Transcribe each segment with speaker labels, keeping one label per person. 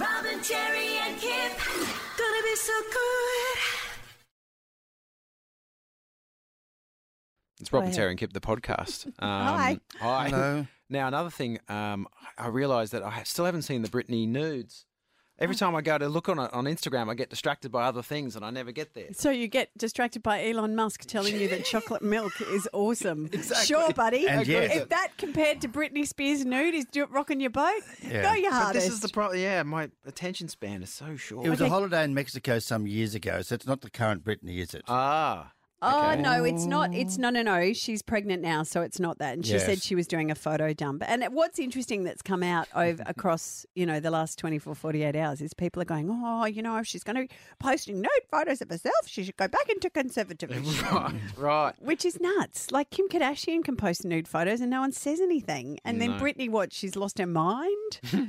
Speaker 1: and Jerry and Kip. Gonna be so good.
Speaker 2: It's Rob
Speaker 3: Go
Speaker 2: and
Speaker 3: ahead.
Speaker 2: Terry and Kip, the podcast. Um,
Speaker 3: Hi.
Speaker 2: Hi.
Speaker 4: Hello.
Speaker 2: Now, another thing, um, I realised that I ha- still haven't seen the Britney nudes.
Speaker 3: Oh.
Speaker 2: Every time I go to look on it on Instagram, I get distracted by other things and I never get there.
Speaker 3: So you get distracted by Elon Musk telling you that chocolate milk is awesome.
Speaker 2: Exactly.
Speaker 3: Sure, buddy.
Speaker 4: And yes.
Speaker 3: If that compared to Britney Spears nude is do- rocking your boat,
Speaker 4: Yeah.
Speaker 3: go your
Speaker 2: But
Speaker 3: hardest.
Speaker 2: this is the problem. Yeah, my attention span is so short.
Speaker 4: It was
Speaker 3: Okay.
Speaker 4: a holiday in Mexico some years ago, so it's not the current Britney, is it?
Speaker 2: ah.
Speaker 3: Oh
Speaker 2: Okay.
Speaker 3: no, it's not. It's no, no, no. She's pregnant now, so it's not that. And she
Speaker 4: Yes.
Speaker 3: said she was doing a photo dump. And what's interesting that's come out over across you know the last 24, 48 hours is people are going, oh, you know, if she's going to be posting nude photos of herself, she should go back into conservatism.
Speaker 2: Right. Right.
Speaker 3: Which is nuts. Like Kim Kardashian can post nude photos and no one says anything. And then Britney, what? She's lost her mind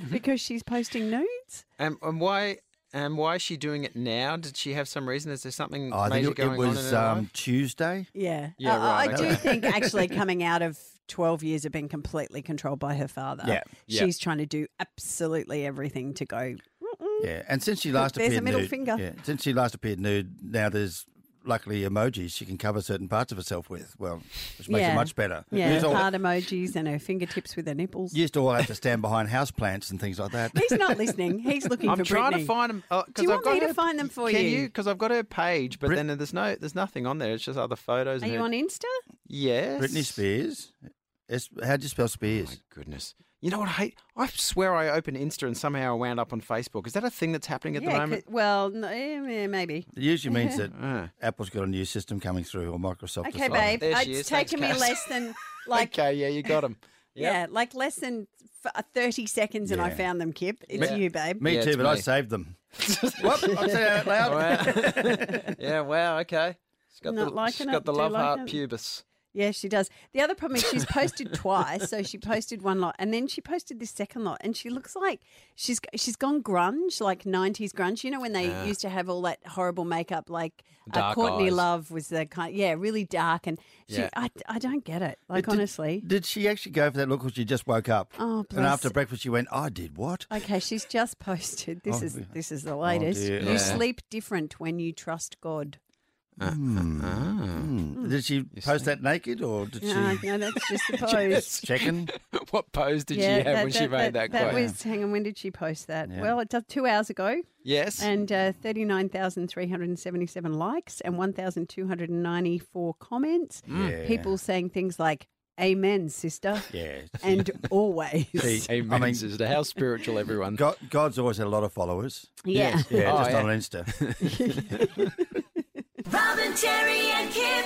Speaker 3: because she's posting nudes.
Speaker 2: And, and why? And why is she doing it now? Did she have some reason? Is there something
Speaker 4: I
Speaker 2: major
Speaker 4: think it, it
Speaker 2: going on in
Speaker 4: was
Speaker 2: her
Speaker 4: um,
Speaker 2: life?
Speaker 4: Tuesday.
Speaker 3: Yeah.
Speaker 2: Yeah,
Speaker 3: Uh,
Speaker 2: right,
Speaker 3: I do
Speaker 2: okay.
Speaker 3: think actually coming out of 12 years of being completely controlled by her father,
Speaker 4: Yeah.
Speaker 2: Yeah.
Speaker 3: she's trying to do absolutely everything to go, "Mm-mm."
Speaker 4: Yeah, and since she last
Speaker 3: there's a
Speaker 4: appeared
Speaker 3: middle
Speaker 4: nude,
Speaker 3: finger.
Speaker 4: Yeah, since she last appeared nude, now there's luckily emojis she can cover certain parts of herself with. Well, which makes
Speaker 3: Yeah.
Speaker 4: it much better.
Speaker 3: yeah,
Speaker 4: Used to all-
Speaker 3: heart emojis and her fingertips with her nipples.
Speaker 4: used to all have to stand behind houseplants and things like that.
Speaker 3: He's not listening. He's looking
Speaker 2: I'm
Speaker 3: for
Speaker 2: trying
Speaker 3: Britney.
Speaker 2: to find them. Uh,
Speaker 3: you
Speaker 2: 'cause I've
Speaker 3: want
Speaker 2: got
Speaker 3: me to
Speaker 2: her-
Speaker 3: find them for
Speaker 2: can
Speaker 3: you?
Speaker 2: you? Because I've got her page, but
Speaker 4: Brit-
Speaker 2: then there's no, there's nothing on there. It's just other photos.
Speaker 3: Are
Speaker 2: and
Speaker 3: you
Speaker 2: her-
Speaker 3: on Insta?
Speaker 2: Yes.
Speaker 4: Britney Spears. S- How do you spell Spears?
Speaker 2: Oh Goodness. You know what I hate? I swear I opened Insta and somehow I wound up on Facebook. Is that a thing that's happening at the
Speaker 3: Yeah,
Speaker 2: moment?
Speaker 3: 'cause- well, no, eh, maybe.
Speaker 4: It usually means that
Speaker 2: Ah.
Speaker 4: Apple's got a new system coming through, or Microsoft.
Speaker 3: Okay,
Speaker 4: decided.
Speaker 3: babe.
Speaker 2: There she
Speaker 3: It's
Speaker 2: is. Thanks,
Speaker 3: taken me
Speaker 2: Cass.
Speaker 3: less than like
Speaker 2: okay, yeah, you got them.
Speaker 3: Yeah, like less than f- uh, 30 seconds and I
Speaker 4: Yeah.
Speaker 3: found them, Kip. It's
Speaker 2: Me-
Speaker 3: you, babe.
Speaker 4: Me
Speaker 2: Yeah, it's
Speaker 4: too, but I
Speaker 2: me.
Speaker 4: saved them. Whoop! I said it out loud.
Speaker 2: Wow. yeah, wow, okay. She's got
Speaker 3: Not
Speaker 2: the,
Speaker 3: liking
Speaker 2: she's
Speaker 3: it,
Speaker 2: got the
Speaker 3: do
Speaker 2: love
Speaker 3: like
Speaker 2: heart
Speaker 3: it.
Speaker 2: pubis.
Speaker 3: Yeah, she does. The other problem is she's posted twice. So she posted one lot and then she posted this second lot and she looks like she's she's gone grunge, like 90s grunge. You know when they used to have all that horrible makeup like uh,
Speaker 2: Dark
Speaker 3: Courtney
Speaker 2: eyes.
Speaker 3: Love was the kind yeah, really dark and she
Speaker 2: Yeah.
Speaker 3: I, I don't get it. Like
Speaker 4: Did-
Speaker 3: honestly.
Speaker 4: Did she actually go for that look or she just woke up?
Speaker 3: Oh,
Speaker 4: And
Speaker 3: bless-
Speaker 4: after breakfast, she went, I did what?
Speaker 3: Okay, she's just posted. This
Speaker 4: Oh,
Speaker 3: is
Speaker 4: yeah.
Speaker 3: this is the latest.
Speaker 4: dear.
Speaker 3: you
Speaker 2: Yeah.
Speaker 3: sleep different when you trust God.
Speaker 4: Hmm. Did she post that naked or did
Speaker 3: No,
Speaker 4: she
Speaker 3: Ah, no, that's just the post.
Speaker 4: checking?
Speaker 2: What pose did she have when she made that,
Speaker 3: that
Speaker 2: quote?
Speaker 3: was, hang on, when did she post that?
Speaker 4: Yeah.
Speaker 3: Well, it's uh, two hours ago
Speaker 2: yes.
Speaker 3: and uh, 39,377 likes and 1,294 comments.
Speaker 2: Mm.
Speaker 4: Yeah.
Speaker 3: People saying things like, Amen, sister,
Speaker 4: Yeah.
Speaker 3: and always.
Speaker 4: See,
Speaker 2: Amen,
Speaker 4: I mean,
Speaker 2: sister. How spiritual everyone.
Speaker 4: God, God's always had a lot of followers.
Speaker 3: Yeah.
Speaker 4: Yeah,
Speaker 2: Oh,
Speaker 4: just
Speaker 2: yeah.
Speaker 4: on Insta.
Speaker 1: Rob and Jerry and Kip.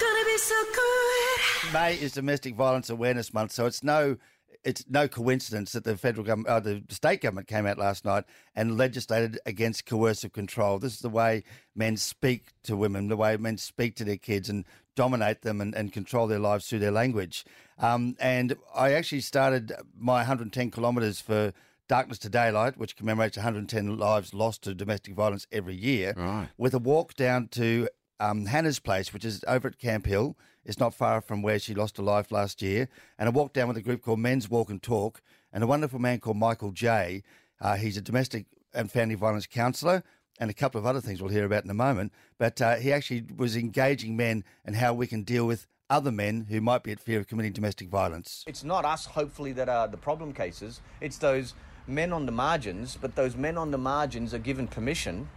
Speaker 1: Gonna be so good.
Speaker 4: May is Domestic Violence Awareness Month, so it's no. It's no coincidence that the federal government, uh, the state government, came out last night and legislated against coercive control. This is the way men speak to women, the way men speak to their kids and dominate them and, and control their lives through their language. Um, and I actually started my 110 kilometres for Darkness to Daylight, which commemorates 110 lives lost to domestic violence every year,
Speaker 2: Right.
Speaker 4: with a walk down to um, Hannah's place, which is over at Camp Hill. It's not far from where she lost her life last year. And I walked down with a group called Men's Walk and Talk and a wonderful man called Michael Jay. Uh, he's a domestic and family violence counsellor and a couple of other things we'll hear about in a moment. But uh, he actually was engaging men and how we can deal with other men who might be at fear of committing domestic violence.
Speaker 5: It's not us, hopefully, that are the problem cases. It's those men on the margins, but those men on the margins are given permission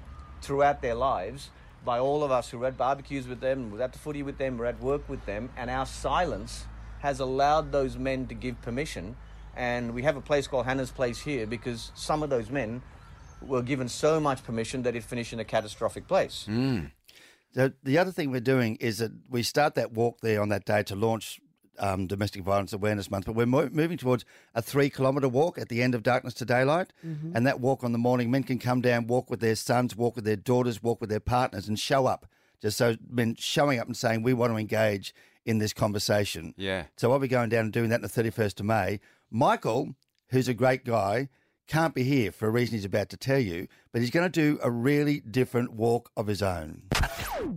Speaker 5: throughout their lives by all of us who are at barbecues with them, we're at the footy with them, we're at work with them, and our silence has allowed those men to give permission. And we have a place called Hannah's Place here because some of those men were given so much permission that it finished in a catastrophic place.
Speaker 4: So the other thing we're doing is that we start that walk there on that day to launch um, Domestic Violence Awareness Month, but we're mo- moving towards a three kilometre walk at the end of Darkness to Daylight. And that walk on the morning, men can come down, walk with their sons, walk with their daughters, walk with their partners, and show up. Just so men showing up and saying, we want to engage in this conversation.
Speaker 2: Yeah.
Speaker 4: So I'll be going down and doing that on the 31st of May. Michael, who's a great guy, can't be here for a reason he's about to tell you, but he's going to do a really different walk of his own.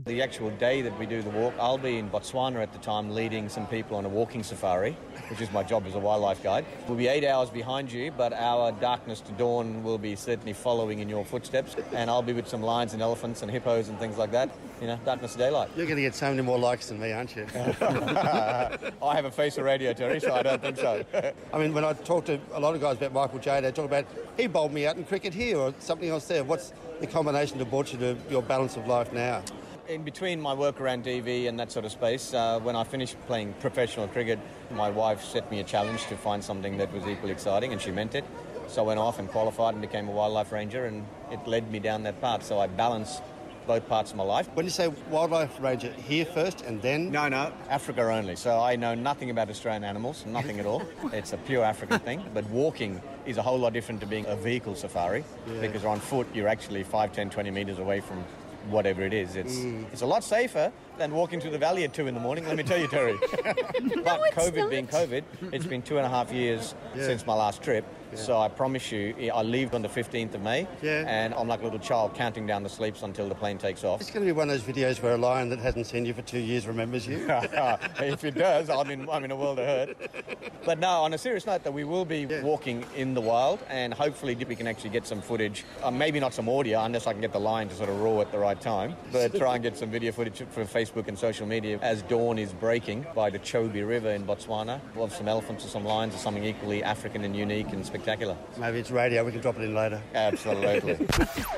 Speaker 5: The actual day that we do the walk, I'll be in Botswana at the time leading some people on a walking safari, which is my job as a wildlife guide. We'll be eight hours behind you, but our darkness to dawn will be certainly following in your footsteps, and I'll be with some lions and elephants and hippos and things like that. You know, darkness to daylight.
Speaker 6: You're going to get so many more likes than me, aren't you?
Speaker 5: I have a face for radio, Terry, so I don't think so.
Speaker 6: I mean, when I talk to a lot of guys about Michael Jay, they talk about he bowled me out in cricket here or something else there. What's the combination that brought you to your balance of life now?
Speaker 5: in between my work around DV and that sort of space, uh, when I finished playing professional cricket, my wife set me a challenge to find something that was equally exciting, and she meant it. So I went off and qualified and became a wildlife ranger, and it led me down that path. So I balance both parts of my life.
Speaker 6: When you say wildlife ranger, here first and then?
Speaker 5: No, no, Africa only. So I know nothing about Australian animals, nothing at all. it's a pure African thing. But walking is a whole lot different to being a vehicle safari because on foot you're actually 5, 10, 20 metres away from whatever it is. It's,
Speaker 3: Mm.
Speaker 5: it's a lot safer than walking through the valley at 2 in the morning, let me tell you, Terry. but
Speaker 3: it's
Speaker 5: COVID being
Speaker 3: not.
Speaker 5: COVID, it's been two and a half years since my last trip. So I promise you, I leave on the 15th of May,
Speaker 6: Yeah.
Speaker 5: and I'm like a little child counting down the sleeps until the plane takes off.
Speaker 6: It's going to be one of those videos where a lion that hasn't seen you for two years remembers you.
Speaker 5: if it does, I'm in, I'm in a world of hurt. But no, on a serious note, though, we will be walking in the wild, and hopefully we can actually get some footage. Uh, maybe not some audio, unless I can get the lion to sort of roar at the right time. But try and get some video footage for Facebook and social media as dawn is breaking by the Chobe River in Botswana of some elephants or some lions or something equally African and unique and spectacular.
Speaker 6: Maybe it's radio, we can drop it in later.
Speaker 5: Absolutely.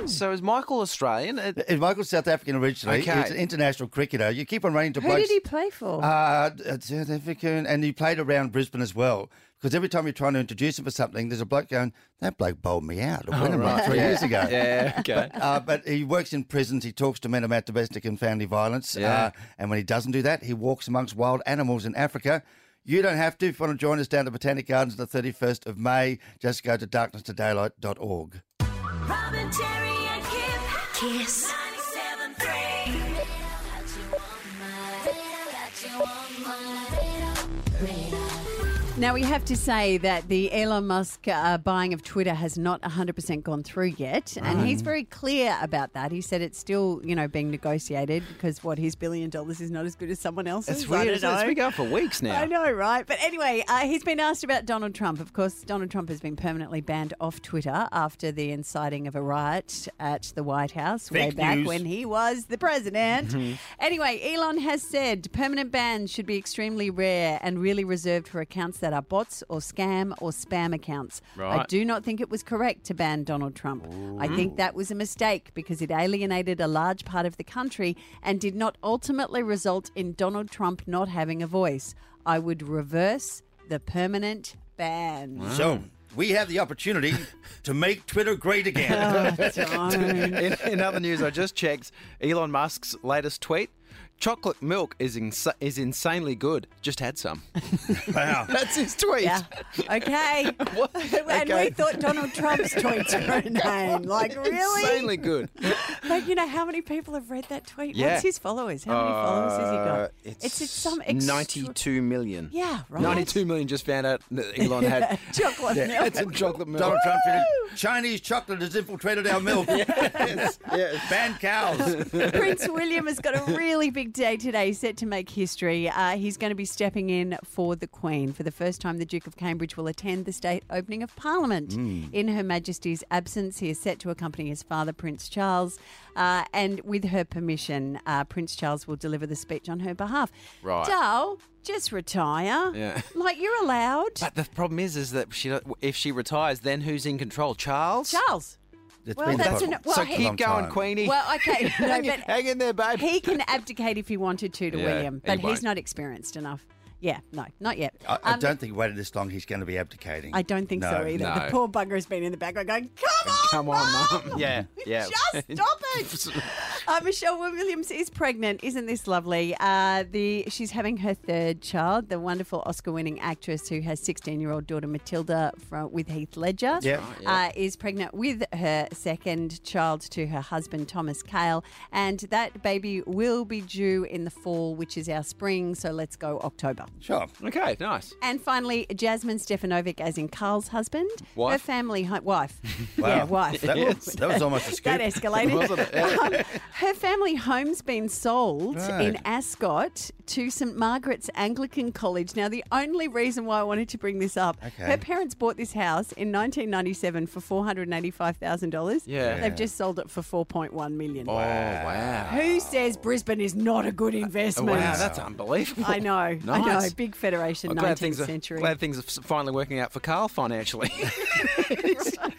Speaker 2: So is Michael Australian? Uh,
Speaker 4: Is Michael South African originally?
Speaker 2: Okay.
Speaker 4: He's an international cricketer. You keep on running to
Speaker 3: Who
Speaker 4: blokes.
Speaker 3: did he play for?
Speaker 4: Uh, uh, South African, and he played around Brisbane as well. Because every time you're trying to introduce him for something, there's a bloke going, "That bloke bowled me out a winner about three years ago."
Speaker 2: Oh, Yeah, okay.
Speaker 4: Uh, but he works in prisons. He talks to men about domestic and family violence.
Speaker 2: Yeah.
Speaker 4: Uh, and when he doesn't do that, he walks amongst wild animals in Africa. You don't have to. If you want to join us down to Botanic Gardens the 31st of May, just go to darknesstodaylight.org.
Speaker 1: Robin, Terry, and Kip. Kiss. 97.3.
Speaker 3: Now, we have to say that the Elon Musk uh, buying of Twitter has not 100% gone through yet. And he's very clear about that. He said it's still, you know, being negotiated because what his billion dollars is not as good as someone else's. I
Speaker 2: It's weird.
Speaker 3: don't
Speaker 2: Isn't it? It's
Speaker 3: know.
Speaker 2: been going for weeks now.
Speaker 3: I know, right? But anyway, uh, he's been asked about Donald Trump. Of course, Donald Trump has been permanently banned off Twitter after the inciting of a riot at the White House way
Speaker 4: Fake
Speaker 3: back
Speaker 4: news.
Speaker 3: when he was the president. anyway, Elon has said permanent bans should be extremely rare and really reserved for accounts that are bots or scam or spam accounts. I
Speaker 2: Right.
Speaker 3: do not think it was correct to ban Donald Trump. I think that was a mistake because it alienated a large part of the country and did not ultimately result in Donald Trump not having a voice. I would reverse the permanent ban.
Speaker 4: So we have the opportunity to make Twitter great again.
Speaker 3: Oh, Don't.
Speaker 2: in, in other news, I just checked Elon Musk's latest tweet. Chocolate milk is insa- is insanely good. Just had some.
Speaker 4: wow.
Speaker 2: That's his tweet.
Speaker 3: Yeah. Okay.
Speaker 2: What?
Speaker 3: and
Speaker 2: Okay.
Speaker 3: we thought Donald Trump's tweets were inane. Like, really?
Speaker 2: Insanely good.
Speaker 3: But you know how many people have read that tweet?
Speaker 2: Yeah.
Speaker 3: What's his followers? How many followers has he got? at extra-
Speaker 2: 92 Uh, million.
Speaker 3: Yeah, right.
Speaker 2: 92 million just found out that Elon had
Speaker 3: chocolate milk.
Speaker 2: had some chocolate milk.
Speaker 4: Donald Trump said Chinese chocolate has infiltrated our milk.
Speaker 2: yes, yes.
Speaker 4: Ban cows.
Speaker 3: Prince William has got a really big day today. He's set to make history. Uh, he's going to be stepping in for the Queen. For the first time, the Duke of Cambridge will attend the state opening of Parliament.
Speaker 2: Mm.
Speaker 3: In Her Majesty's absence, he is set to accompany his father, Prince Charles. Uh, and with her permission, uh, Prince Charles will deliver the speech on her behalf.
Speaker 2: Right.
Speaker 3: Dal, just retire.
Speaker 2: Yeah.
Speaker 3: Like, you're allowed.
Speaker 2: But the problem is, is that she, don't- if she retires, then who's in control? Charles.
Speaker 3: Charles.
Speaker 4: It's
Speaker 3: Well,
Speaker 4: been
Speaker 3: that's
Speaker 4: possible.
Speaker 3: an- well,
Speaker 2: so
Speaker 3: he-
Speaker 2: keep
Speaker 4: Long
Speaker 2: going,
Speaker 4: time.
Speaker 2: Queenie.
Speaker 3: Well, okay. No,
Speaker 2: hang, in-
Speaker 3: but
Speaker 2: hang in there, babe.
Speaker 3: he can abdicate if he wanted to to
Speaker 2: Yeah,
Speaker 3: William,
Speaker 2: he
Speaker 3: but he's
Speaker 2: won't.
Speaker 3: not experienced enough. Yeah, no, not yet.
Speaker 4: I, I
Speaker 3: Um,
Speaker 4: don't think he waited this long. He's going to be abdicating.
Speaker 3: I don't think so
Speaker 4: No.
Speaker 3: either. The
Speaker 2: No.
Speaker 3: poor bugger has been in the background going, "Come on,
Speaker 2: Come on, Mum. Yeah, yeah.
Speaker 3: Just stop it. Uh, Michelle Williams is pregnant. Isn't this lovely? Uh, the She's having her third child, the wonderful Oscar winning actress who has 16 year old daughter Matilda from, with Heath Ledger,
Speaker 4: Yeah.
Speaker 3: uh, is pregnant with her second child to her husband, Thomas Cale. And that baby will be due in the fall, which is our spring. So let's go October.
Speaker 4: Sure.
Speaker 2: Okay, nice.
Speaker 3: And finally, Jasmine Stefanovic, as in Carl's husband.
Speaker 2: Wife?
Speaker 3: Her family, hi- wife.
Speaker 4: Wow.
Speaker 3: Yeah, wife.
Speaker 4: That, was, that was almost a scoop.
Speaker 3: That escalated. Um, her family home's been sold
Speaker 4: Right.
Speaker 3: in Ascot to St Margaret's Anglican College. Now, the only reason why I wanted to bring this up,
Speaker 4: Okay.
Speaker 3: her parents bought this house in 1997 for $485,000.
Speaker 2: Yeah.
Speaker 3: They've just sold it for 4.1 million.
Speaker 2: Oh, wow.
Speaker 3: Who says Brisbane is not a good
Speaker 2: Oh,
Speaker 3: investment?
Speaker 2: wow, that's unbelievable.
Speaker 3: I know, I know.
Speaker 2: Nice.
Speaker 3: Big federation,
Speaker 2: I'm
Speaker 3: 19th
Speaker 2: glad things are
Speaker 3: century.
Speaker 2: glad things are s- finally working out for Carl financially.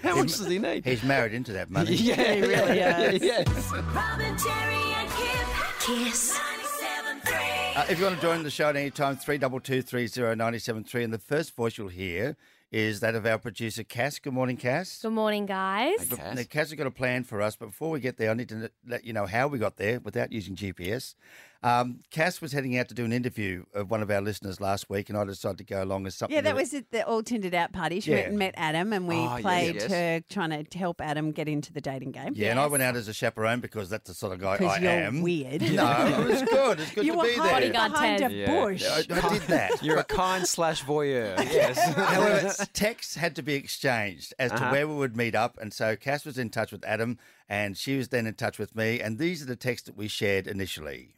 Speaker 2: How much does he need?
Speaker 4: He's married into that money.
Speaker 2: yeah,
Speaker 3: He really is.
Speaker 2: yes.
Speaker 1: Robin, Terry, and Kip. Kiss. 97.3.
Speaker 4: Uh, if you want to join the show at any time, 322 30973. And the first voice you'll hear is that of our producer, Cass. Good morning, Cass.
Speaker 7: Good morning, guys.
Speaker 2: Cass.
Speaker 4: Now, Cass has got a plan for us, but before we get there, I need to let- let you know how we got there without using GPS. Um, Cass was heading out to do an interview of one of our listeners last week, and I decided to go along as something.
Speaker 3: Yeah, that was at the All Tindered Out party. She went
Speaker 4: Yeah.
Speaker 3: and met Adam, and we
Speaker 2: Oh, yes,
Speaker 3: played
Speaker 2: yes.
Speaker 3: her trying to help Adam get into the dating game.
Speaker 4: Yeah, and I went out as a chaperone because that's the sort of guy
Speaker 3: 'Cause
Speaker 4: I
Speaker 3: you're
Speaker 4: am.
Speaker 3: weird.
Speaker 4: No, it was good. It's good
Speaker 3: You
Speaker 4: to
Speaker 3: were
Speaker 4: be
Speaker 3: hiding
Speaker 4: there.
Speaker 7: Bodyguard
Speaker 3: behind a
Speaker 7: Ted.
Speaker 2: Yeah.
Speaker 3: bush.
Speaker 4: I, I did that.
Speaker 2: You're a kind slash voyeur. Yes.
Speaker 4: However, texts had to be exchanged as
Speaker 3: Uh-huh.
Speaker 4: to where we would meet up. And so Cass was in touch with Adam, and she was then in touch with me. And these are the texts that we shared initially.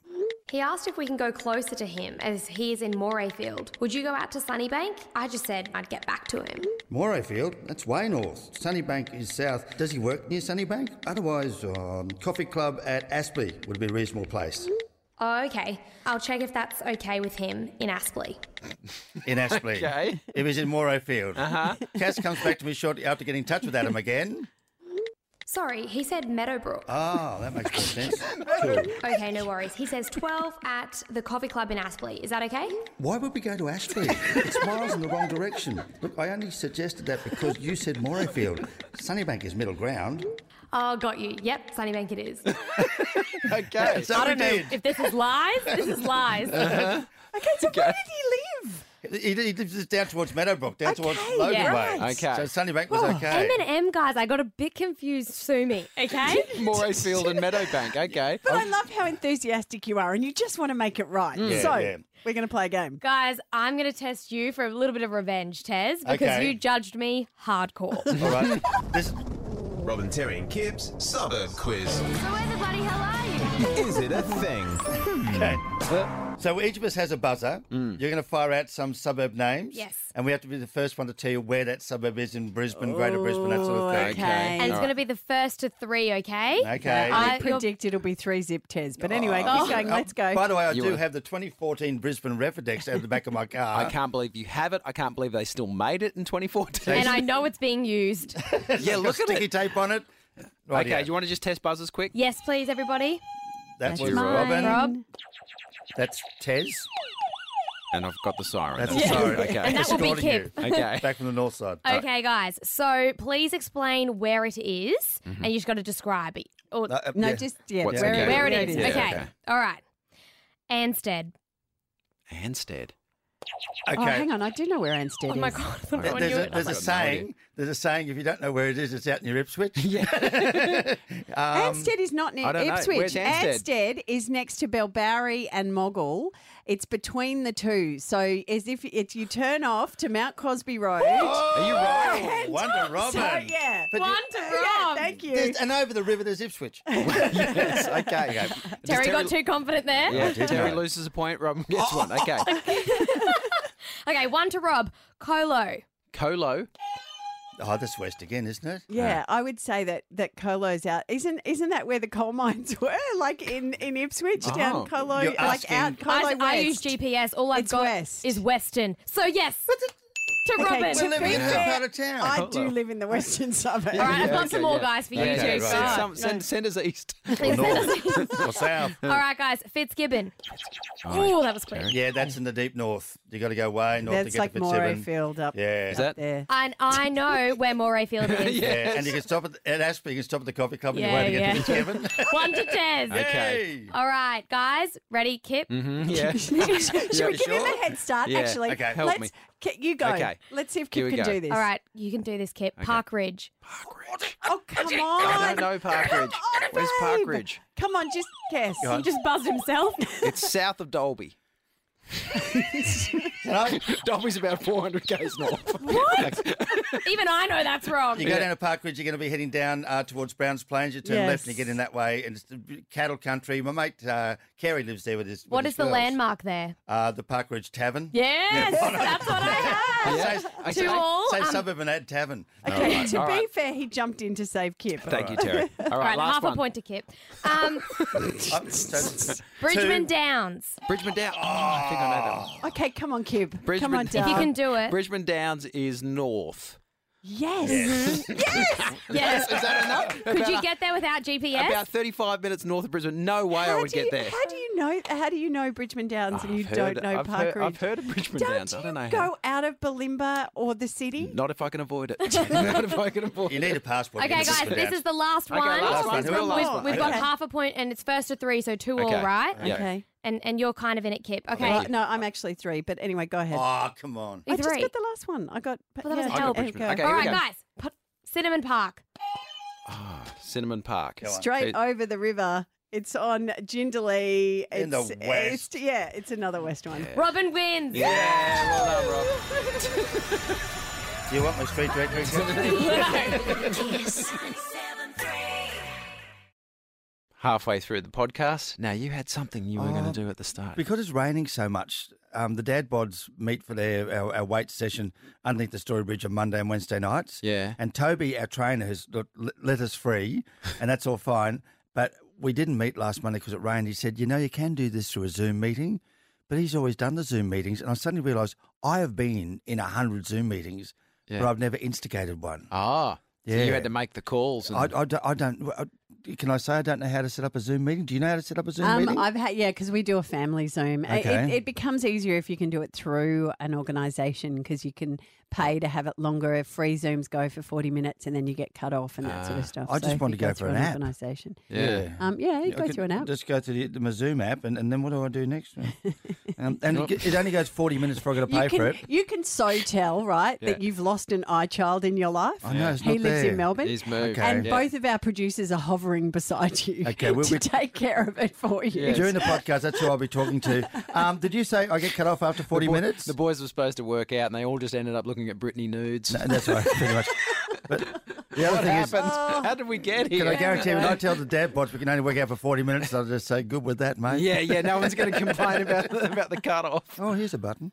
Speaker 8: He asked if we can go closer to him as he is in Morayfield. Would you go out to Sunnybank? I just said I'd get back to him.
Speaker 6: Morayfield, that's way north. Sunnybank is south. Does he work near Sunnybank? Otherwise, um, Coffee Club at Aspley would be a reasonable place.
Speaker 8: Oh, okay. I'll check if that's okay with him in Aspley.
Speaker 4: In Aspley.
Speaker 2: Okay.
Speaker 4: It was in Morayfield. Uh-huh. Cass comes back to me shortly after getting in touch with Adam again.
Speaker 8: Sorry, he said Meadowbrook.
Speaker 6: Ah,
Speaker 4: Oh, that makes more sense.
Speaker 8: Okay, no worries. He says 12 at the coffee club in Aspley. Is that okay?
Speaker 6: Why would we go to Ashley? It's miles in the wrong direction. Look, I only suggested that because you said Morayfield. Sunnybank is middle ground.
Speaker 8: Oh, got you. Yep, Sunnybank it is.
Speaker 2: okay.
Speaker 4: So
Speaker 7: I
Speaker 4: we
Speaker 7: don't know
Speaker 4: did.
Speaker 7: if this is lies. This is lies.
Speaker 3: Okay, so where did he live?
Speaker 4: He, he lives just down towards Meadowbrook, down towards
Speaker 3: Okay,
Speaker 4: Logan
Speaker 7: yeah.
Speaker 4: Way.
Speaker 2: Right. Okay.
Speaker 4: So Sunnybank was okay.
Speaker 7: M and M guys, I got a bit confused. Sue me, okay?
Speaker 2: Morayfield and Meadowbank. Okay.
Speaker 3: But I love how enthusiastic you are, and you just want to make it right. so
Speaker 4: yeah.
Speaker 3: we're going to play a game.
Speaker 7: guys, I'm gonna test you for a little bit of revenge, Tez, because
Speaker 4: Okay.
Speaker 7: you judged me hardcore.
Speaker 4: All right. This,
Speaker 9: Robin, Terry, and Kip's suburb quiz.
Speaker 8: So where the bloody hell are you?
Speaker 9: Is it a thing?
Speaker 4: Okay.
Speaker 2: Mm.
Speaker 4: So each of us has a buzzer. You're going to fire out some suburb names.
Speaker 8: Yes.
Speaker 4: And we have to be the first one to tell you where that suburb is in Brisbane, Greater Brisbane, that sort of thing.
Speaker 2: Oh, Okay.
Speaker 7: and it's
Speaker 2: All
Speaker 7: gonna be the first to three, okay?
Speaker 4: Okay.
Speaker 7: I-
Speaker 3: I predict it'll be three zip tears. But anyway, keep going.
Speaker 4: Oh,
Speaker 3: Let's go.
Speaker 4: By the way, I do
Speaker 2: wanna-
Speaker 4: have the 2014 Brisbane Refidex out the back of my car.
Speaker 2: I can't believe you have it. I can't believe they still made it in 2014.
Speaker 7: And I know it's being used.
Speaker 2: yeah,
Speaker 4: Look
Speaker 2: look at
Speaker 4: sticky
Speaker 2: it.
Speaker 4: tape on it. Right,
Speaker 2: Okay, do you want to just test buzzers quick?
Speaker 7: yes, please, everybody.
Speaker 4: That
Speaker 3: That's
Speaker 4: was
Speaker 3: mine.
Speaker 4: Robin.
Speaker 7: Rob.
Speaker 4: That's Tez.
Speaker 2: And I've got the siren.
Speaker 4: That's the siren.
Speaker 2: Okay.
Speaker 7: And that will be
Speaker 4: Escorting you.
Speaker 7: Kip.
Speaker 2: Okay.
Speaker 4: Back from the north side.
Speaker 7: Okay, guys. So please explain where it is, and you just got to describe it. Or
Speaker 4: Uh, uh,
Speaker 3: no,
Speaker 4: yeah.
Speaker 3: just yeah,
Speaker 2: What's
Speaker 3: where,
Speaker 2: the game?
Speaker 7: where
Speaker 2: yeah,
Speaker 7: it is.
Speaker 2: yeah,
Speaker 7: okay.
Speaker 2: okay.
Speaker 7: All right. Anstead.
Speaker 2: Anstead.
Speaker 4: Okay.
Speaker 3: Oh, hang on. I do know where Anstead
Speaker 7: Oh my
Speaker 3: is.
Speaker 7: god! I thought everyone
Speaker 4: There's
Speaker 7: knew
Speaker 4: a,
Speaker 7: it.
Speaker 4: there's a
Speaker 2: I've got no idea.
Speaker 4: saying. There's a saying. If you don't know where it is, it's out in your Ipswich.
Speaker 3: Anstead is not near
Speaker 2: I don't know.
Speaker 3: Ipswich.
Speaker 2: Where's Anstead?
Speaker 3: Anstead is next to Belbarri and Moggle. It's between the two. So as if it's you turn off to Mount Crosby Road.
Speaker 4: Are you right?
Speaker 3: And-
Speaker 4: Wonder Robin.
Speaker 3: So, yeah.
Speaker 4: But
Speaker 7: One
Speaker 4: you-
Speaker 7: to
Speaker 3: Yeah,
Speaker 7: Rob.
Speaker 3: thank you.
Speaker 4: There's, and over the river, there's Ipswich. yes, okay.
Speaker 7: Terry,
Speaker 2: Terry-
Speaker 7: got too confident there.
Speaker 2: Yeah,
Speaker 4: didn't
Speaker 2: Terry
Speaker 4: I?
Speaker 2: loses a point, Robin gets one. Okay.
Speaker 7: Okay, one to Rob. Colo.
Speaker 2: Colo.
Speaker 4: Oh, that's West again, isn't it?
Speaker 3: Yeah, I would say that that Colo's out. Isn't isn't that where the coal mines were? Like in in Ipswich
Speaker 2: Oh.
Speaker 3: down Colo,
Speaker 4: You're
Speaker 3: like
Speaker 4: asking-
Speaker 3: out Colo
Speaker 7: I,
Speaker 3: West.
Speaker 7: I use GPS. All I've
Speaker 3: It's
Speaker 7: got
Speaker 3: west.
Speaker 7: is Western. So yes, to Robin.
Speaker 3: to
Speaker 4: We're living
Speaker 3: be
Speaker 4: in her
Speaker 3: fair,
Speaker 4: part of town.
Speaker 3: I do live in the western suburbs.
Speaker 7: All right, I've got
Speaker 4: okay,
Speaker 7: some more
Speaker 4: yeah.
Speaker 7: guys for you
Speaker 4: Okay,
Speaker 7: too.
Speaker 4: right,
Speaker 7: God.
Speaker 4: yeah.
Speaker 2: Some, send, send us east.
Speaker 7: Please send us-
Speaker 4: or south.
Speaker 7: All right, guys, Fitzgibbon. Oh, that was quick.
Speaker 4: Yeah, that's in the deep north. You got to go way north to
Speaker 3: That's
Speaker 4: get
Speaker 3: like
Speaker 4: to Fitzgibbon.
Speaker 3: Morayfield up,
Speaker 4: Yeah. Is
Speaker 3: up
Speaker 2: that-
Speaker 3: there.
Speaker 7: And I know where Moray Field is.
Speaker 4: Yeah, and you can stop at, at Aspen. You can stop at the coffee club on
Speaker 7: Yeah,
Speaker 4: your way to get
Speaker 7: yeah.
Speaker 4: to Fitzgibbon.
Speaker 7: One to ten.
Speaker 2: Okay.
Speaker 4: Yay!
Speaker 7: All right, guys, ready, Kip?
Speaker 4: Mm-hmm.
Speaker 2: Mhm, yeah.
Speaker 3: Should we give him a head start,
Speaker 2: Yeah.
Speaker 3: actually?
Speaker 2: Okay. Help
Speaker 3: Let's,
Speaker 2: me.
Speaker 3: Ki- You go.
Speaker 2: Okay.
Speaker 3: Let's see if
Speaker 2: Here
Speaker 3: Kip
Speaker 2: we
Speaker 3: can
Speaker 2: go.
Speaker 3: do this.
Speaker 7: All right, you can do this, Kip. Park Ridge.
Speaker 3: Oh, come
Speaker 2: I
Speaker 3: on.
Speaker 2: don't know Parkridge.
Speaker 3: Come on,
Speaker 2: Where's
Speaker 3: babe.
Speaker 2: Parkridge?
Speaker 3: Come on, just guess.
Speaker 7: He just buzzed himself.
Speaker 2: It's south of Dolby. Dolby's about 400 k's north.
Speaker 7: Even I know that's wrong.
Speaker 4: You go down to Park Ridge, you're going to be heading down uh, towards Browns Plains. You turn
Speaker 3: Yes.
Speaker 4: left and you get in that way. And it's the cattle country. My mate uh, Kerry lives there with his. with
Speaker 7: What
Speaker 4: his
Speaker 7: is the
Speaker 4: girls.
Speaker 7: landmark there?
Speaker 4: Uh, the Park Ridge Tavern.
Speaker 7: Yes, that's what I have.
Speaker 2: Yeah.
Speaker 4: Say,
Speaker 7: To
Speaker 4: say,
Speaker 7: all,
Speaker 4: say
Speaker 7: um,
Speaker 4: suburb and add tavern.
Speaker 3: Okay, to
Speaker 2: all
Speaker 3: be
Speaker 2: right.
Speaker 3: fair, he jumped in to save Kip.
Speaker 2: Thank you, Terry. All right,
Speaker 7: All right,
Speaker 2: last
Speaker 7: half
Speaker 2: one.
Speaker 7: a point to Kip. Um,
Speaker 4: Uh, so-
Speaker 7: Bridgman Downs.
Speaker 2: Bridgman Downs. Oh, I think I know that one.
Speaker 3: Okay, come on, Kib. Come
Speaker 2: Bridgman-
Speaker 3: on,
Speaker 2: If you
Speaker 7: If you
Speaker 3: darling.
Speaker 7: can do it.
Speaker 2: Bridgman Downs is north.
Speaker 3: Yes.
Speaker 7: Yes.
Speaker 2: Is that enough?
Speaker 7: Could you get there without GPS?
Speaker 2: About 35 minutes north of Brisbane. No way I
Speaker 3: How
Speaker 2: would
Speaker 3: do you,
Speaker 2: get there.
Speaker 3: How do you know? How do you know Bridgman Downs and you
Speaker 2: I've
Speaker 3: don't
Speaker 2: heard-
Speaker 3: know
Speaker 2: I've
Speaker 3: Park
Speaker 2: heard,
Speaker 3: Ridge?
Speaker 2: I've heard of Bridgman
Speaker 3: don't
Speaker 2: Downs.
Speaker 3: you
Speaker 2: I don't know
Speaker 3: go
Speaker 2: how.
Speaker 3: out of Balimba or the city?
Speaker 2: Not if I can avoid it. Not if I can avoid
Speaker 4: you
Speaker 2: it.
Speaker 4: need a passport. to
Speaker 7: Okay,
Speaker 4: get to
Speaker 7: guys,
Speaker 4: Brisbane
Speaker 7: this
Speaker 4: Downs.
Speaker 7: is the last one.
Speaker 2: last
Speaker 4: one.
Speaker 7: We've,
Speaker 4: Who are
Speaker 7: we've-
Speaker 4: last one?
Speaker 7: we've got
Speaker 3: Okay.
Speaker 7: half a point, and it's first to three, so two all,
Speaker 2: Okay.
Speaker 7: right?
Speaker 2: Yeah.
Speaker 3: Okay.
Speaker 7: And and you're kind of in it, Kip. Okay.
Speaker 3: Well, no, I'm actually three, but anyway, go ahead.
Speaker 4: Oh, come on.
Speaker 3: I just
Speaker 7: three.
Speaker 3: got the last one. I got.
Speaker 7: Well, that was
Speaker 3: yeah,
Speaker 7: a help.
Speaker 3: there you
Speaker 2: Bridgman.
Speaker 3: go.
Speaker 2: Okay.
Speaker 7: all
Speaker 2: here we
Speaker 7: right,
Speaker 2: go.
Speaker 7: guys. Put Cinnamon Park.
Speaker 2: Cinnamon Park.
Speaker 4: Go on.
Speaker 3: Straight over the river. It's on Jindalee. It's,
Speaker 4: In the west.
Speaker 3: It's, yeah, it's another west one.
Speaker 7: Robin wins.
Speaker 2: Yeah, well done, Rob.
Speaker 4: Do you want my street directory?
Speaker 2: Halfway through the podcast. Now, you had something you were going
Speaker 4: Oh,
Speaker 2: to do at the start.
Speaker 4: because it's raining so much, um, the dad bods meet for their our, our weight session underneath the Story Bridge on Monday and Wednesday nights.
Speaker 2: Yeah.
Speaker 4: And Toby, our trainer, has l- l- let us free, and that's all fine. But we didn't meet last Monday because it rained. He said, "You know, you can do this through a Zoom meeting." But he's always done the Zoom meetings, and I suddenly realised I have been in a hundred Zoom meetings, but
Speaker 2: Yeah.
Speaker 4: I've never instigated one.
Speaker 2: Ah, so
Speaker 4: Yeah.
Speaker 2: you had to make the calls. And,
Speaker 4: I, I, don't, I don't. I- Can I say I don't know how to set up a Zoom meeting? Do you know how to set up a Zoom meeting?
Speaker 3: Um, I've had yeah, because we do a family Zoom. I- It,
Speaker 4: Okay.
Speaker 3: it becomes easier if you can do it through an organisation because you can pay to have it longer. Free Zooms go for forty minutes, and then you get cut off and that sort of stuff.
Speaker 4: Ah, I just
Speaker 3: if
Speaker 4: want
Speaker 3: you
Speaker 4: to go
Speaker 3: go
Speaker 4: for
Speaker 3: through
Speaker 4: an app.
Speaker 3: Organisation.
Speaker 2: yeah.
Speaker 3: Um, yeah, you
Speaker 4: I
Speaker 3: go
Speaker 4: could
Speaker 3: through an app.
Speaker 4: Just go to the, the my Zoom app, and, and then what do I do next? um, and it, g- it only goes 40 minutes before i got to pay
Speaker 3: You
Speaker 4: for
Speaker 3: can,
Speaker 4: it.
Speaker 3: you can so tell, right, that
Speaker 2: Yeah.
Speaker 3: you've lost an eye child in your life.
Speaker 4: I know, it's
Speaker 3: he
Speaker 4: not
Speaker 3: lives
Speaker 4: there.
Speaker 3: in Melbourne.
Speaker 2: He's moved.
Speaker 4: Okay.
Speaker 3: And
Speaker 2: Yeah.
Speaker 3: both of our producers are hovering beside you
Speaker 4: Okay, we'll-
Speaker 3: to
Speaker 4: we-
Speaker 3: take care of it for you.
Speaker 2: Yes.
Speaker 4: During the podcast, that's who I'll be talking to. Um, did you say I get cut off after 40
Speaker 2: Boy-
Speaker 4: minutes?
Speaker 2: The boys were supposed to work out, and they all just ended up looking at Britney nudes.
Speaker 4: No, Uh, that's right, pretty much. But the other
Speaker 2: what
Speaker 4: thing is,
Speaker 2: happened?
Speaker 3: Oh.
Speaker 2: How did we get here?
Speaker 4: can I guarantee when I tell the dad bots we can only work out for 40 minutes, they'll just say, good with that, mate.
Speaker 2: Yeah, yeah. No one's going to complain about the, about the cutoff.
Speaker 4: Oh, here's a button.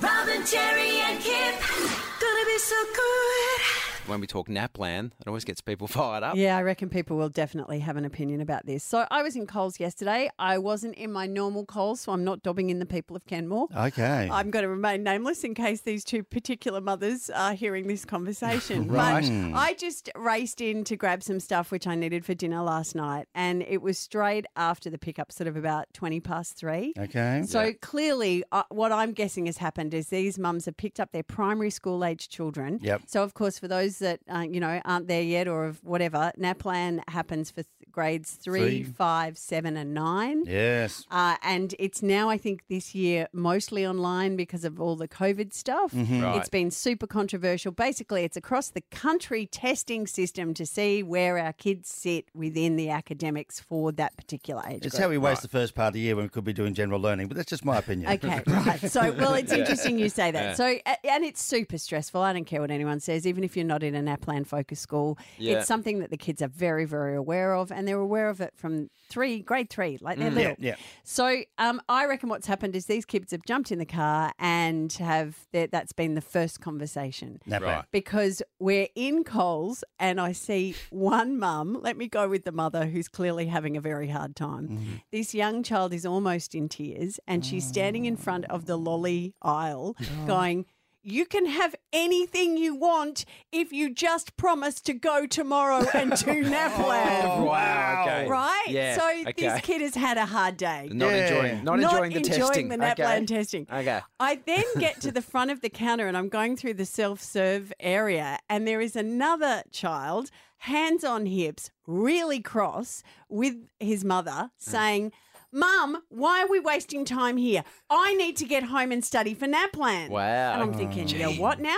Speaker 1: Robin, Terry, and Kip. Gonna be so good.
Speaker 2: When we talk Naplan, it always gets people fired up.
Speaker 3: Yeah, I reckon people will definitely have an opinion about this. So I was in Coles yesterday. I wasn't in my normal Coles, so I'm not dobbing in the people of Kenmore.
Speaker 4: Oh, Okay.
Speaker 3: I'm going to remain nameless in case these two particular mothers are hearing this conversation.
Speaker 4: Right.
Speaker 3: But I just raced in to grab some stuff which I needed for dinner last night, and it was straight after the pickup, sort of about 20 past three.
Speaker 4: okay.
Speaker 3: So clearly, uh, what I'm guessing has happened is these mums have picked up their primary school age children.
Speaker 4: Yep.
Speaker 3: So of course, for those that uh, you know aren't there yet or of whatever, NAPLAN happens for th- grades three,
Speaker 4: Three.
Speaker 3: five, seven, and nine.
Speaker 4: Yes.
Speaker 3: Uh, and it's now, I think, this year mostly online because of all the COVID stuff.
Speaker 4: Mm-hmm.
Speaker 2: Right.
Speaker 3: It's been super controversial. Basically, it's across the country testing system to see where our kids sit within the academics for that particular age.
Speaker 4: It's
Speaker 3: group.
Speaker 4: how we waste the first part of the year when we could be doing general learning, but that's just my opinion.
Speaker 3: Okay, right. So, well, it's interesting you say that. So, a- and it's super stressful. I don't care what anyone says, even if you're not in an Appland focus school.
Speaker 2: Yeah.
Speaker 3: It's something that the kids are very, very aware of, and they're aware of it from three, grade three, like they're little.
Speaker 4: Mm. yeah.
Speaker 3: So um, I reckon what's happened is these kids have jumped in the car and have that- that's been the first conversation
Speaker 4: Nap
Speaker 2: Right.
Speaker 3: because we're in Coles and I see one mum, let me go with the mother who's clearly having a very hard time.
Speaker 2: Mm-hmm.
Speaker 3: This young child is almost in tears and she's standing in front of the lolly aisle going, you can have anything you want if you just promise to go tomorrow and do Naplan.
Speaker 2: wow. Okay.
Speaker 3: Right?
Speaker 2: Yeah.
Speaker 3: so
Speaker 2: okay.
Speaker 3: this kid has had a hard day
Speaker 2: Not
Speaker 4: Yeah.
Speaker 2: enjoying, not, enjoying the testing.
Speaker 3: the NAPLAN
Speaker 2: okay.
Speaker 3: testing.
Speaker 2: Okay.
Speaker 3: I then get to the front of the counter and I'm going through the self serve area, and there is another child, hands on hips, really cross, with his
Speaker 2: Mm.
Speaker 3: mother saying, Mum, why are we wasting time here? I need to get home and study for NAPLAN.
Speaker 2: Wow.
Speaker 3: And I'm thinking, you know what now?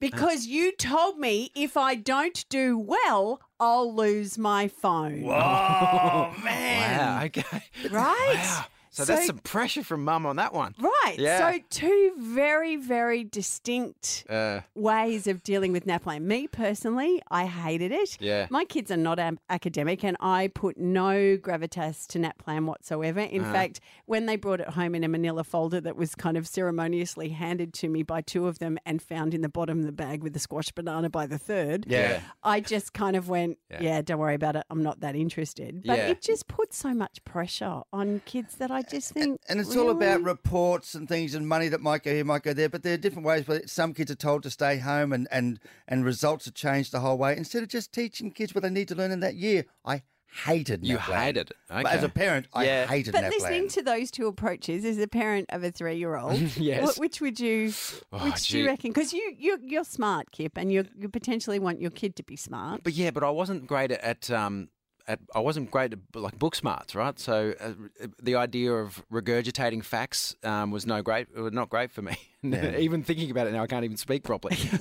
Speaker 3: Because you told me if I don't do well, I'll lose my phone.
Speaker 4: Oh, man.
Speaker 2: Wow. Okay.
Speaker 3: Right?
Speaker 2: Wow. So, that's
Speaker 3: So-
Speaker 2: some pressure from mum on that one.
Speaker 3: Right.
Speaker 2: Yeah.
Speaker 3: So two very, very distinct
Speaker 2: Uh,
Speaker 3: ways of dealing with NAPLAN. Me personally, I hated it.
Speaker 2: Yeah.
Speaker 3: My kids are not am- academic and I put no gravitas to NAPLAN whatsoever. In fact, when they brought it home in a manila folder that was kind of ceremoniously handed to me by two of them and found in the bottom of the bag with a squash banana by the third.
Speaker 4: Yeah.
Speaker 3: I just kind of went, yeah. don't worry about it. I'm not that interested. But
Speaker 2: Yeah.
Speaker 3: it just puts so much pressure on kids that I just think.
Speaker 4: And it's all about
Speaker 3: really?
Speaker 4: reports and things and money that might go here, might go there. But there are different ways. But some kids are told to stay home, and and and results are changed the whole way instead of just teaching kids what they need to learn in that year. I hated.
Speaker 2: You
Speaker 4: NAPLAN.
Speaker 2: hated it.
Speaker 4: But
Speaker 2: Okay.
Speaker 4: As a parent, I
Speaker 2: Yeah.
Speaker 4: hated.
Speaker 3: But
Speaker 4: NAPLAN.
Speaker 3: listening to those two approaches as a parent of a three-year-old,
Speaker 2: Yes.
Speaker 3: wh- which would you,
Speaker 2: Oh,
Speaker 3: which do
Speaker 2: gee.
Speaker 3: you reckon? Because you you you're smart, Kip, and you you potentially want your kid to be smart.
Speaker 2: But yeah, but I wasn't great at, at um at I wasn't great at like book smarts, right? So uh, the idea of regurgitating facts um, was no great, uh, not great for me. even thinking about it now, I can't even speak properly.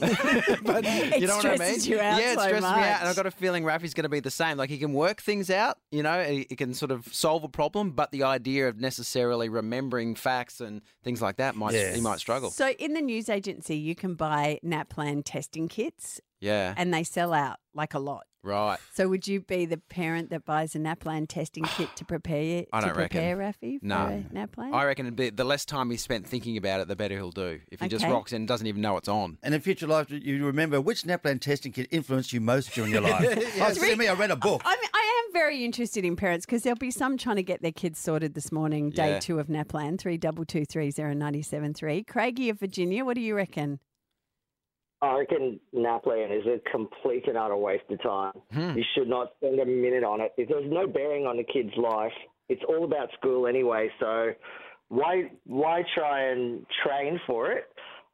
Speaker 2: but
Speaker 3: It
Speaker 2: you know what I mean?
Speaker 3: stresses you out
Speaker 2: yeah, it
Speaker 3: so
Speaker 2: stresses me out, and
Speaker 3: much.
Speaker 2: I've got a feeling Rafi's going to be the same. Like he can work things out, you know, he, he can sort of solve a problem, but the idea of necessarily remembering facts and things like that might
Speaker 4: Yes.
Speaker 2: he might struggle.
Speaker 3: So in the news agency, you can buy NAPLAN testing kits,
Speaker 2: yeah,
Speaker 3: and they sell out like a lot.
Speaker 2: right.
Speaker 3: So would you be the parent that buys a NAPLAN testing kit to prepare you
Speaker 2: I
Speaker 3: to
Speaker 2: don't reckon.
Speaker 3: prepare Rafi for
Speaker 2: No.
Speaker 3: a NAPLAN?
Speaker 2: I reckon it'd be, the less time he spent thinking about it, the better he'll do. If he just
Speaker 3: Okay.
Speaker 2: rocks in and doesn't even know it's on.
Speaker 4: And in future life, you remember which NAPLAN testing kit influenced you most during your life. oh, see me, I read a book.
Speaker 3: I, mean, I am very interested in parents because there'll be some trying to get their kids sorted this morning, day
Speaker 2: Yeah.
Speaker 3: two of NAPLAN, 32230973. Craigie of Virginia, what do you reckon?
Speaker 10: I reckon NAPLAN is a complete and utter waste of time.
Speaker 2: Hmm.
Speaker 10: You should not spend a minute on it. It- There's no bearing on the kid's life. It's all about school anyway, so why why try and train for it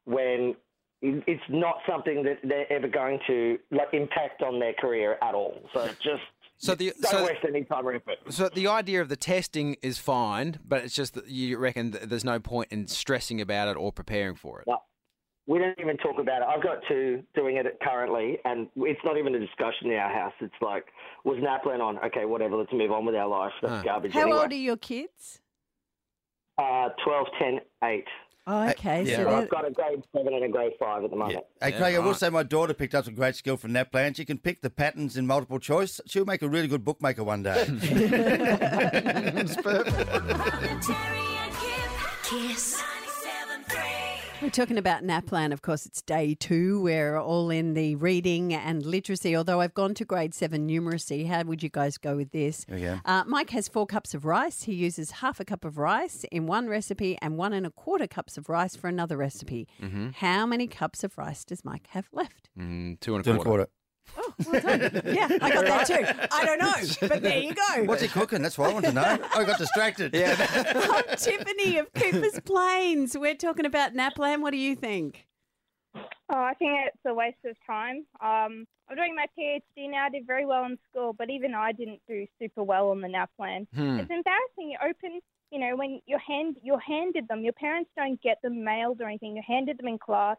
Speaker 10: when it- it's not something that they're ever going to like impact on their career at all. So just
Speaker 2: So the-
Speaker 10: don't
Speaker 2: so-
Speaker 10: waste any time or effort.
Speaker 2: So the idea of the testing is fine, but it's just that you reckon that there's no point in stressing about it or preparing for it.
Speaker 10: No. We don't even talk about it. I've got two doing it currently, and it's not even a discussion in our house. It's like, was Naplan on? Okay, whatever, let's move on with our life. That's
Speaker 2: Huh.
Speaker 10: garbage.
Speaker 3: How
Speaker 10: anyway.
Speaker 3: old are your kids?
Speaker 10: Uh, 12, 10, 8.
Speaker 3: Oh, okay.
Speaker 4: yeah,
Speaker 3: so
Speaker 4: right.
Speaker 3: they're-
Speaker 10: I've got a grade 7 and a grade 5 at the moment.
Speaker 4: Hey,
Speaker 2: Yeah,
Speaker 4: Craig, I will
Speaker 2: right.
Speaker 4: say my daughter picked up some great skill from NAPLAN. She can pick the patterns in multiple choice. She'll make a really good bookmaker one day.
Speaker 1: Robin, Terry, and Kip. Kiss 97.3.
Speaker 3: We're talking about NAPLAN. Of course, it's day two. We're all in the reading and literacy, although I've gone to grade seven numeracy. How would you guys go with this?
Speaker 4: go.
Speaker 3: Uh, Mike has four cups of rice. He uses half a cup of rice in one recipe and one and a quarter cups of rice for another recipe. How many cups of rice does Mike have left?
Speaker 2: Mm, two and a
Speaker 4: Two and a
Speaker 2: quarter.
Speaker 4: quarter.
Speaker 3: yeah, I got that too. I don't know, but there you go.
Speaker 4: What's he cooking? That's what I want to know. I got distracted. Yeah.
Speaker 3: I'm Tiffany of Cooper's Plains. We're talking about NAPLAN. What do you think?
Speaker 11: Oh, I think it's a waste of time. Um, I'm doing my PhD now. I did very well in school, but even I didn't do super well on the NAPLAN.
Speaker 2: Hmm.
Speaker 11: It's embarrassing. You open, you know, when you're hand you're handed them. Your parents don't get them mailed or anything. You're handed them in class.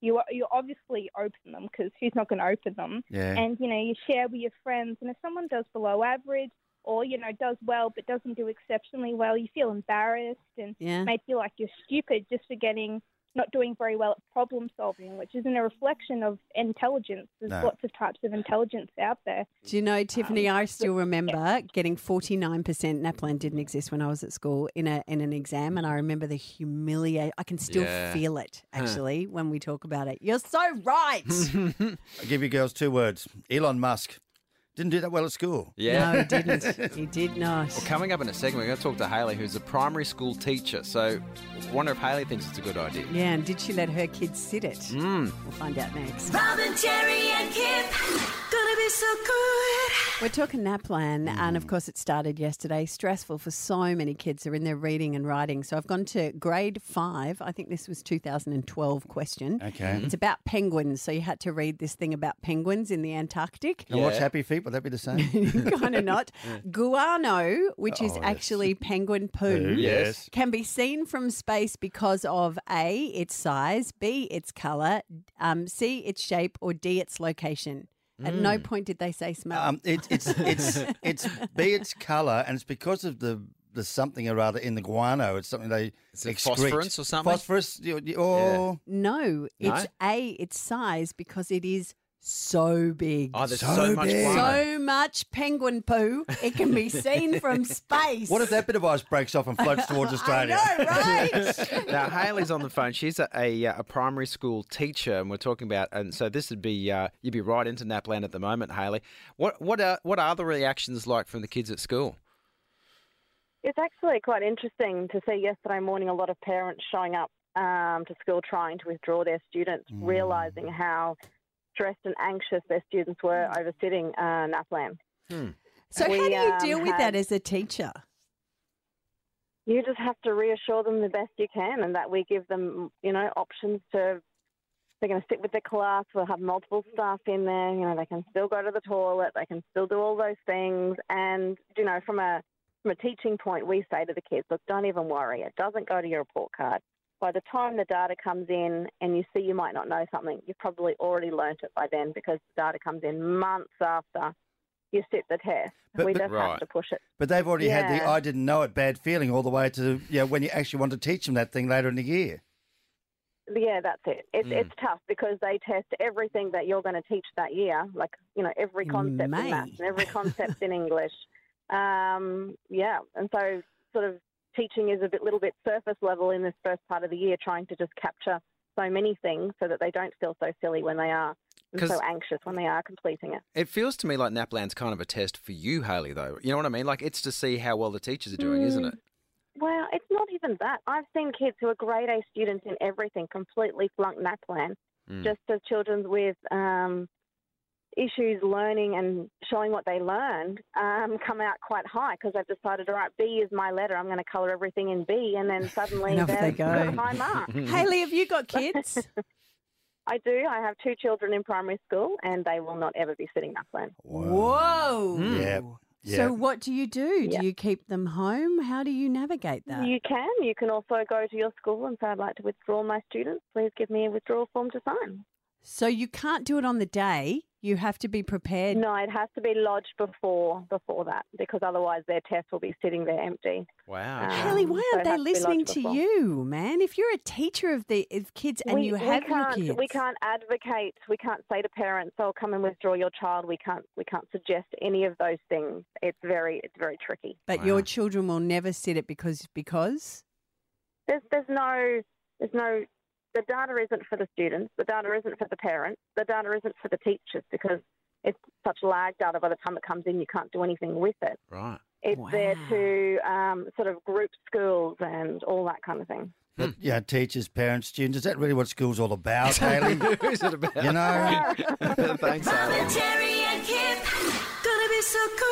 Speaker 11: You you obviously open them because who's not going to open them?
Speaker 4: Yeah.
Speaker 11: And you know, you share with your friends. And if someone does below average or you know does well but doesn't do exceptionally well, you feel embarrassed and
Speaker 3: Yeah.
Speaker 11: made you feel like you're stupid just for getting not doing very well at problem solving, which isn't a reflection of intelligence. There's
Speaker 3: No.
Speaker 11: lots of types of intelligence out there.
Speaker 3: Do you know, Tiffany? I still remember getting forty nine percent. Naplan didn't exist when I was at school in a in an exam, and I remember the humiliation. I can still
Speaker 4: Yeah.
Speaker 3: feel it
Speaker 4: Huh.
Speaker 3: actually when we talk about it. You're so right.
Speaker 4: I give you girls two words. Elon Musk didn't do that well at school.
Speaker 2: Yeah.
Speaker 3: No, he didn't. he did not. Well,
Speaker 2: coming up in a second, we're going to talk to Haley, who's a primary school teacher. So, wonder if Haley thinks it's a good idea.
Speaker 3: Yeah, and did she let her kids sit it?
Speaker 4: Hmm.
Speaker 2: Mm.
Speaker 3: We'll find out next.
Speaker 1: Robin, Jerry, and Kip. Gonna be so good.
Speaker 3: We're talking Naplan,
Speaker 4: Mm.
Speaker 3: and of course, it started yesterday. Stressful for so many kids. They're in their reading and writing. So I've gone to grade five. I think this was 2012 question.
Speaker 4: Okay.
Speaker 3: It's about penguins. So you had to read this thing about penguins in the Antarctic.
Speaker 4: And what's happy feet? Would that be the same?
Speaker 3: kind of not. Guano, which is
Speaker 4: Oh, yes.
Speaker 3: actually penguin poo,
Speaker 4: Poo, yes.
Speaker 3: can be seen from space because of A, its size, B, its color, um, C, its shape, or D, its location. At no
Speaker 4: Mm.
Speaker 3: point did they say smell.
Speaker 4: um, it, it's it's it's be its colour, and it's because of the the something or other in the guano. It's something they excrete.
Speaker 2: phosphorus or something?
Speaker 4: Phosphorus y- y- or
Speaker 3: No,
Speaker 4: No?
Speaker 3: it's A, its size because it is so big.
Speaker 2: Oh, there's So so much big. guano.
Speaker 3: So much penguin poo. It can be seen from space.
Speaker 4: What if that bit of ice breaks off and floats towards Australia?
Speaker 2: now Haley's on the phone. She's a, a uh, a primary school teacher, and we're talking about. And so this would be uh, you'd be right into Napland at the moment, Haley. What what are what are the reactions like from the kids at school?
Speaker 12: It's actually quite interesting to see yesterday morning a lot of parents showing up um, to school trying to withdraw their students,
Speaker 3: Mm.
Speaker 12: realising how stressed and anxious their students were
Speaker 11: Mm.
Speaker 12: over sitting uh, NAPLAN.
Speaker 3: So how
Speaker 12: We,
Speaker 3: do you
Speaker 12: um,
Speaker 3: deal with
Speaker 12: had-
Speaker 3: that as a teacher?
Speaker 12: You just have to reassure them the best you can, and that we give them, you know, options to. They're going to stick with their class. We'll have multiple staff in there. You know, they can still go to the toilet. They can still do all those things. And you know, from a from a teaching point, we say to the kids, look, don't even worry. It doesn't go to your report card. By the time the data comes in and you see you might not know something, you've probably already learnt it by then because the data comes in months after you sit the test.
Speaker 4: But-
Speaker 12: we
Speaker 4: but-
Speaker 12: just have
Speaker 4: Right.
Speaker 12: to push it.
Speaker 4: But they've already had the
Speaker 12: Yeah.
Speaker 4: I didn't know it bad feeling all the way to you know, when you actually want to teach them that thing later in the year.
Speaker 12: Yeah, that's it. It's
Speaker 4: Mm.
Speaker 12: it's tough because they test everything that you're going to teach that year, like you know every
Speaker 3: In
Speaker 12: concept in
Speaker 3: May.
Speaker 12: maths and every concept in English. Um, yeah, and so sort of teaching is a bit, little bit surface level in this first part of the year, trying to just capture so many things so that they don't feel so silly when they are and
Speaker 2: 'Cause-
Speaker 12: so anxious when they are completing it.
Speaker 2: It feels to me like Napland's kind of a test for you, Haley. Though you know what I mean. Like it's to see how well the teachers are doing, isn't it?
Speaker 3: Mm.
Speaker 12: Well, it's not even that. I've seen kids who are grade A students in everything completely flunk NAPLAN
Speaker 1: Mm.
Speaker 12: just as children with um, issues learning and showing what they learned um, come out quite high because they've decided, all right, B is my letter. I'm going to colour everything in B. And then suddenly
Speaker 3: And off
Speaker 12: they've
Speaker 3: they
Speaker 12: got
Speaker 3: go.
Speaker 12: a high mark.
Speaker 3: Haley, have you got kids?
Speaker 12: I do. I have two children in primary school and they will not ever be sitting NAPLAN.
Speaker 3: Whoa.
Speaker 4: Yeah.
Speaker 3: So what do you do?
Speaker 12: Yeah.
Speaker 3: Do you keep them home? How do you navigate that?
Speaker 12: You can. You can also go to your school and say, I'd like to withdraw my students. Please give me a withdrawal form to sign.
Speaker 3: So you can't do it on the day. You have to be prepared.
Speaker 12: No, it has to be lodged before before that because otherwise their test will be sitting there empty.
Speaker 2: Wow.
Speaker 12: Um,
Speaker 3: Haley, why
Speaker 12: so
Speaker 3: aren't
Speaker 12: it
Speaker 3: they
Speaker 12: has to be
Speaker 3: listening
Speaker 12: lodged
Speaker 3: to
Speaker 12: before.
Speaker 3: you, man? If you're a teacher of the of kids and
Speaker 12: we,
Speaker 3: you
Speaker 12: we
Speaker 3: have your
Speaker 12: can't,
Speaker 3: kids,
Speaker 12: We can't advocate. We can't say to parents, "Oh, come and withdraw your child." We can't. We can't suggest any of those things. It's very. It's very tricky.
Speaker 3: But your children will never sit it because because
Speaker 12: There's there's no there's no the data isn't for the students. The data isn't for the parents. The data isn't for the teachers because it's such lag data. By the time it comes in, you can't do anything with it.
Speaker 2: Right.
Speaker 12: It's there to um, sort of group schools and all that kind of thing.
Speaker 2: Hmm.
Speaker 4: But yeah, teachers, parents, students, is that really what school's all about, Haley?
Speaker 2: Is it about?
Speaker 4: You know?
Speaker 2: Thanks,
Speaker 1: Robin, Jerry, and Kip. Gonna be so good.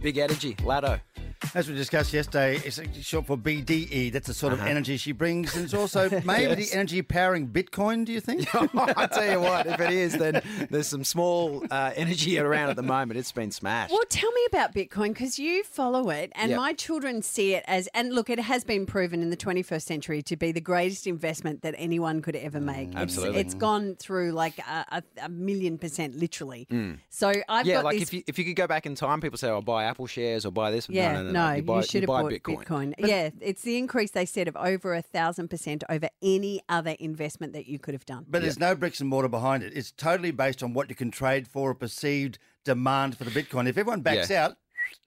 Speaker 2: Big energy, Lado.
Speaker 4: As we discussed yesterday, it's actually short for BDE. That's the sort
Speaker 2: Uh-huh.
Speaker 4: of energy she brings. And it's also maybe
Speaker 2: Yes.
Speaker 4: the energy powering Bitcoin, do you think?
Speaker 2: I tell you what, if it is, then there's some small uh, energy around at the moment. It's been smashed.
Speaker 3: Well, tell me about Bitcoin because you follow it, and
Speaker 2: Yep.
Speaker 3: my children see it as. And look, it has been proven in the 21st century to be the greatest investment that anyone could ever make. It's-
Speaker 2: Mm, absolutely.
Speaker 3: it's gone through like a, a, a million percent, literally. So I've
Speaker 2: Mm. yeah,
Speaker 3: got
Speaker 2: like
Speaker 3: this
Speaker 2: if you if you could go back in time, people say, "Oh, buy Apple shares or buy this."
Speaker 3: Yeah, no, No,
Speaker 2: you, buy,
Speaker 3: you should have
Speaker 2: buy
Speaker 3: bought
Speaker 2: Bitcoin.
Speaker 3: Bitcoin. yeah, it's the increase they said of over a thousand percent over any other investment that you could have done.
Speaker 4: But there's no bricks and mortar behind it. It's totally based on what you can trade for a perceived demand for the Bitcoin. If everyone backs
Speaker 2: Yeah.
Speaker 4: out, it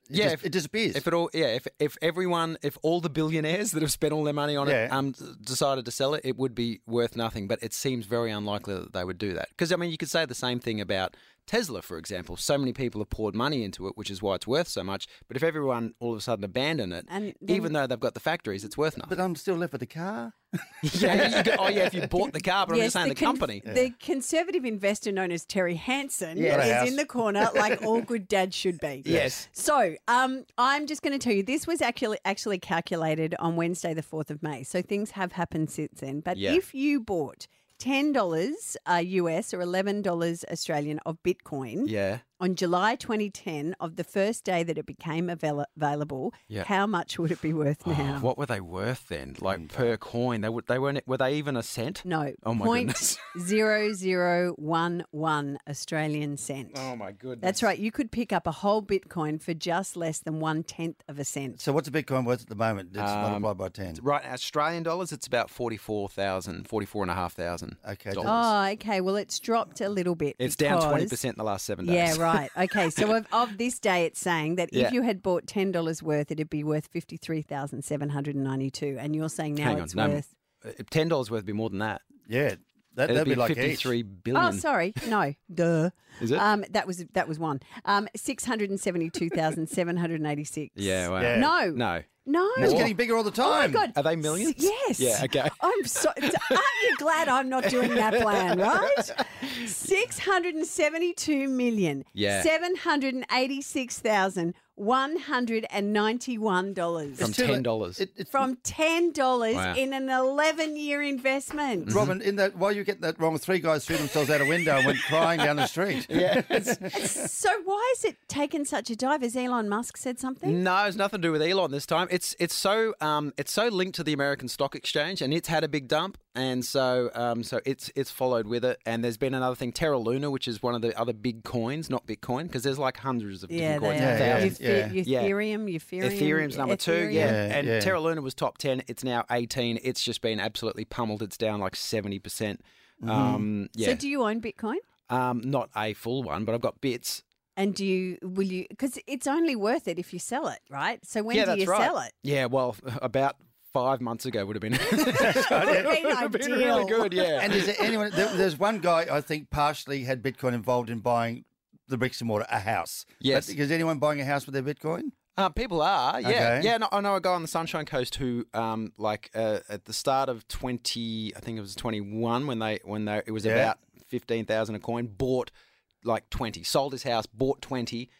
Speaker 2: yeah,
Speaker 4: just-
Speaker 2: it disappears. If it all, yeah, if if everyone, if all the billionaires that have spent all their money on it
Speaker 4: Yeah.
Speaker 2: um decided to sell it, it would be worth nothing. But it seems very unlikely that they would do that because I mean, you could say the same thing about Tesla, for example. So many people have poured money into it, which is why it's worth so much. But if everyone all of a sudden abandoned it,
Speaker 3: And then-
Speaker 2: even though they've got the factories, it's worth nothing.
Speaker 4: but I'm still left with the car.
Speaker 2: yeah, you go, oh yeah, if you bought the car, but I'm just saying the,
Speaker 3: con-
Speaker 2: company.
Speaker 3: The conservative investor known as Terry Hansen
Speaker 2: Yeah. Got a house.
Speaker 3: is in the corner like all good dads should be.
Speaker 2: Yes.
Speaker 3: So um, I'm just going to tell you this was actually actually calculated on Wednesday, the 4th of May. So things have happened since then. But
Speaker 13: Yeah.
Speaker 3: if you bought $10 uh, US or $11 Australian of Bitcoin
Speaker 2: Yeah.
Speaker 3: on July 2010, of the first day that it became avail- available,
Speaker 2: Yeah.
Speaker 3: how much would it be worth
Speaker 2: Oh,
Speaker 3: now?
Speaker 2: what were they worth then? Like per coin, they were they weren't were they even a cent?
Speaker 3: No.
Speaker 2: Oh my
Speaker 3: point
Speaker 2: goodness.
Speaker 3: zero zero one one Australian cent.
Speaker 2: Oh my goodness.
Speaker 3: That's right. You could pick up a whole Bitcoin for just less than one tenth of a cent.
Speaker 4: So what's a Bitcoin worth at the moment? It's
Speaker 2: Um,
Speaker 4: multiplied by ten.
Speaker 2: Right, Australian dollars, it's about 44,000, 44,500.
Speaker 4: Okay.
Speaker 3: Oh, okay. Well, it's dropped a little bit.
Speaker 2: it's down
Speaker 3: because-
Speaker 2: 20% in the last seven days.
Speaker 3: Yeah, right. Okay. So of, of this day, it's saying that
Speaker 2: Yeah.
Speaker 3: if you had bought ten dollars worth, it'd be worth fifty three thousand seven hundred and ninety two, and you're saying now
Speaker 2: Hang on.
Speaker 3: it's
Speaker 2: No,
Speaker 3: worth.
Speaker 2: uh, $10 worth would be more than that.
Speaker 4: Yeah.
Speaker 2: That,
Speaker 4: that'd
Speaker 2: would
Speaker 4: be like each.
Speaker 2: fifty-three billion.
Speaker 3: Oh, sorry. No. Duh.
Speaker 2: Is it?
Speaker 3: Um, that was that was one. Um, six hundred and seventy two thousand seven hundred and eighty six.
Speaker 2: Yeah, wow.
Speaker 3: No.
Speaker 2: No.
Speaker 3: No.
Speaker 2: It's getting
Speaker 4: bigger all the
Speaker 3: Oh my God.
Speaker 2: Are they millions?
Speaker 3: Yes.
Speaker 2: Yeah, okay.
Speaker 3: I'm so. Aren't you glad I'm not doing that plan, right? Six hundred and seventy-two million.
Speaker 2: Yeah.
Speaker 3: Seven hundred and eighty-six thousand one hundred and ninety-one dollars.
Speaker 2: From $10.
Speaker 3: From ten dollars
Speaker 4: Wow.
Speaker 3: in an eleven-year investment.
Speaker 4: Robin, in that while you get that wrong, three guys threw themselves out a window and went crying down the street.
Speaker 2: Yeah.
Speaker 3: So why has it taken such a dive? Has Elon Musk said something?
Speaker 2: No, it's nothing to do with Elon this time. It's it's so um, it's so linked to the American Stock Exchange, and it's had a big dump, and so um, so it's it's followed with it. And there's been another thing, Terra Luna, which is one of the other big coins, not Bitcoin, because there's like hundreds of
Speaker 3: Yeah,
Speaker 2: different coins.
Speaker 3: they are.
Speaker 2: thousands.
Speaker 3: Euthe- Ethereum, Eupherium,
Speaker 2: Ethereum's number two,
Speaker 3: Ethereum.
Speaker 2: yeah.
Speaker 3: Yeah,
Speaker 2: and
Speaker 3: yeah.
Speaker 2: Terra Luna was top ten. It's now eighteen. It's just been absolutely pummeled. It's down like seventy percent. Um, yeah,
Speaker 3: Mm-hmm. So do you own Bitcoin?
Speaker 2: um, not a full one, but I've got bits.
Speaker 3: And do you will you because it's only worth it if you sell it, right? So when
Speaker 2: yeah,
Speaker 3: do
Speaker 2: that's
Speaker 3: you
Speaker 2: right.
Speaker 3: sell it?
Speaker 2: Yeah, well, about five months ago would have been.
Speaker 3: Would've been really
Speaker 2: good, yeah.
Speaker 4: And is there anyone? There, there's one guy I think partially had Bitcoin involved in buying the bricks and mortar, a house.
Speaker 2: Yes.
Speaker 4: But is anyone buying a house with their Bitcoin?
Speaker 2: Uh, people are, yeah,
Speaker 4: Okay.
Speaker 2: yeah. No, I know a guy on the Sunshine Coast who, um, like uh, at the start of twenty, I think it was twenty one when they when they it was
Speaker 4: Yeah.
Speaker 2: about fifteen thousand a coin, bought like twenty, sold his house, bought twenty,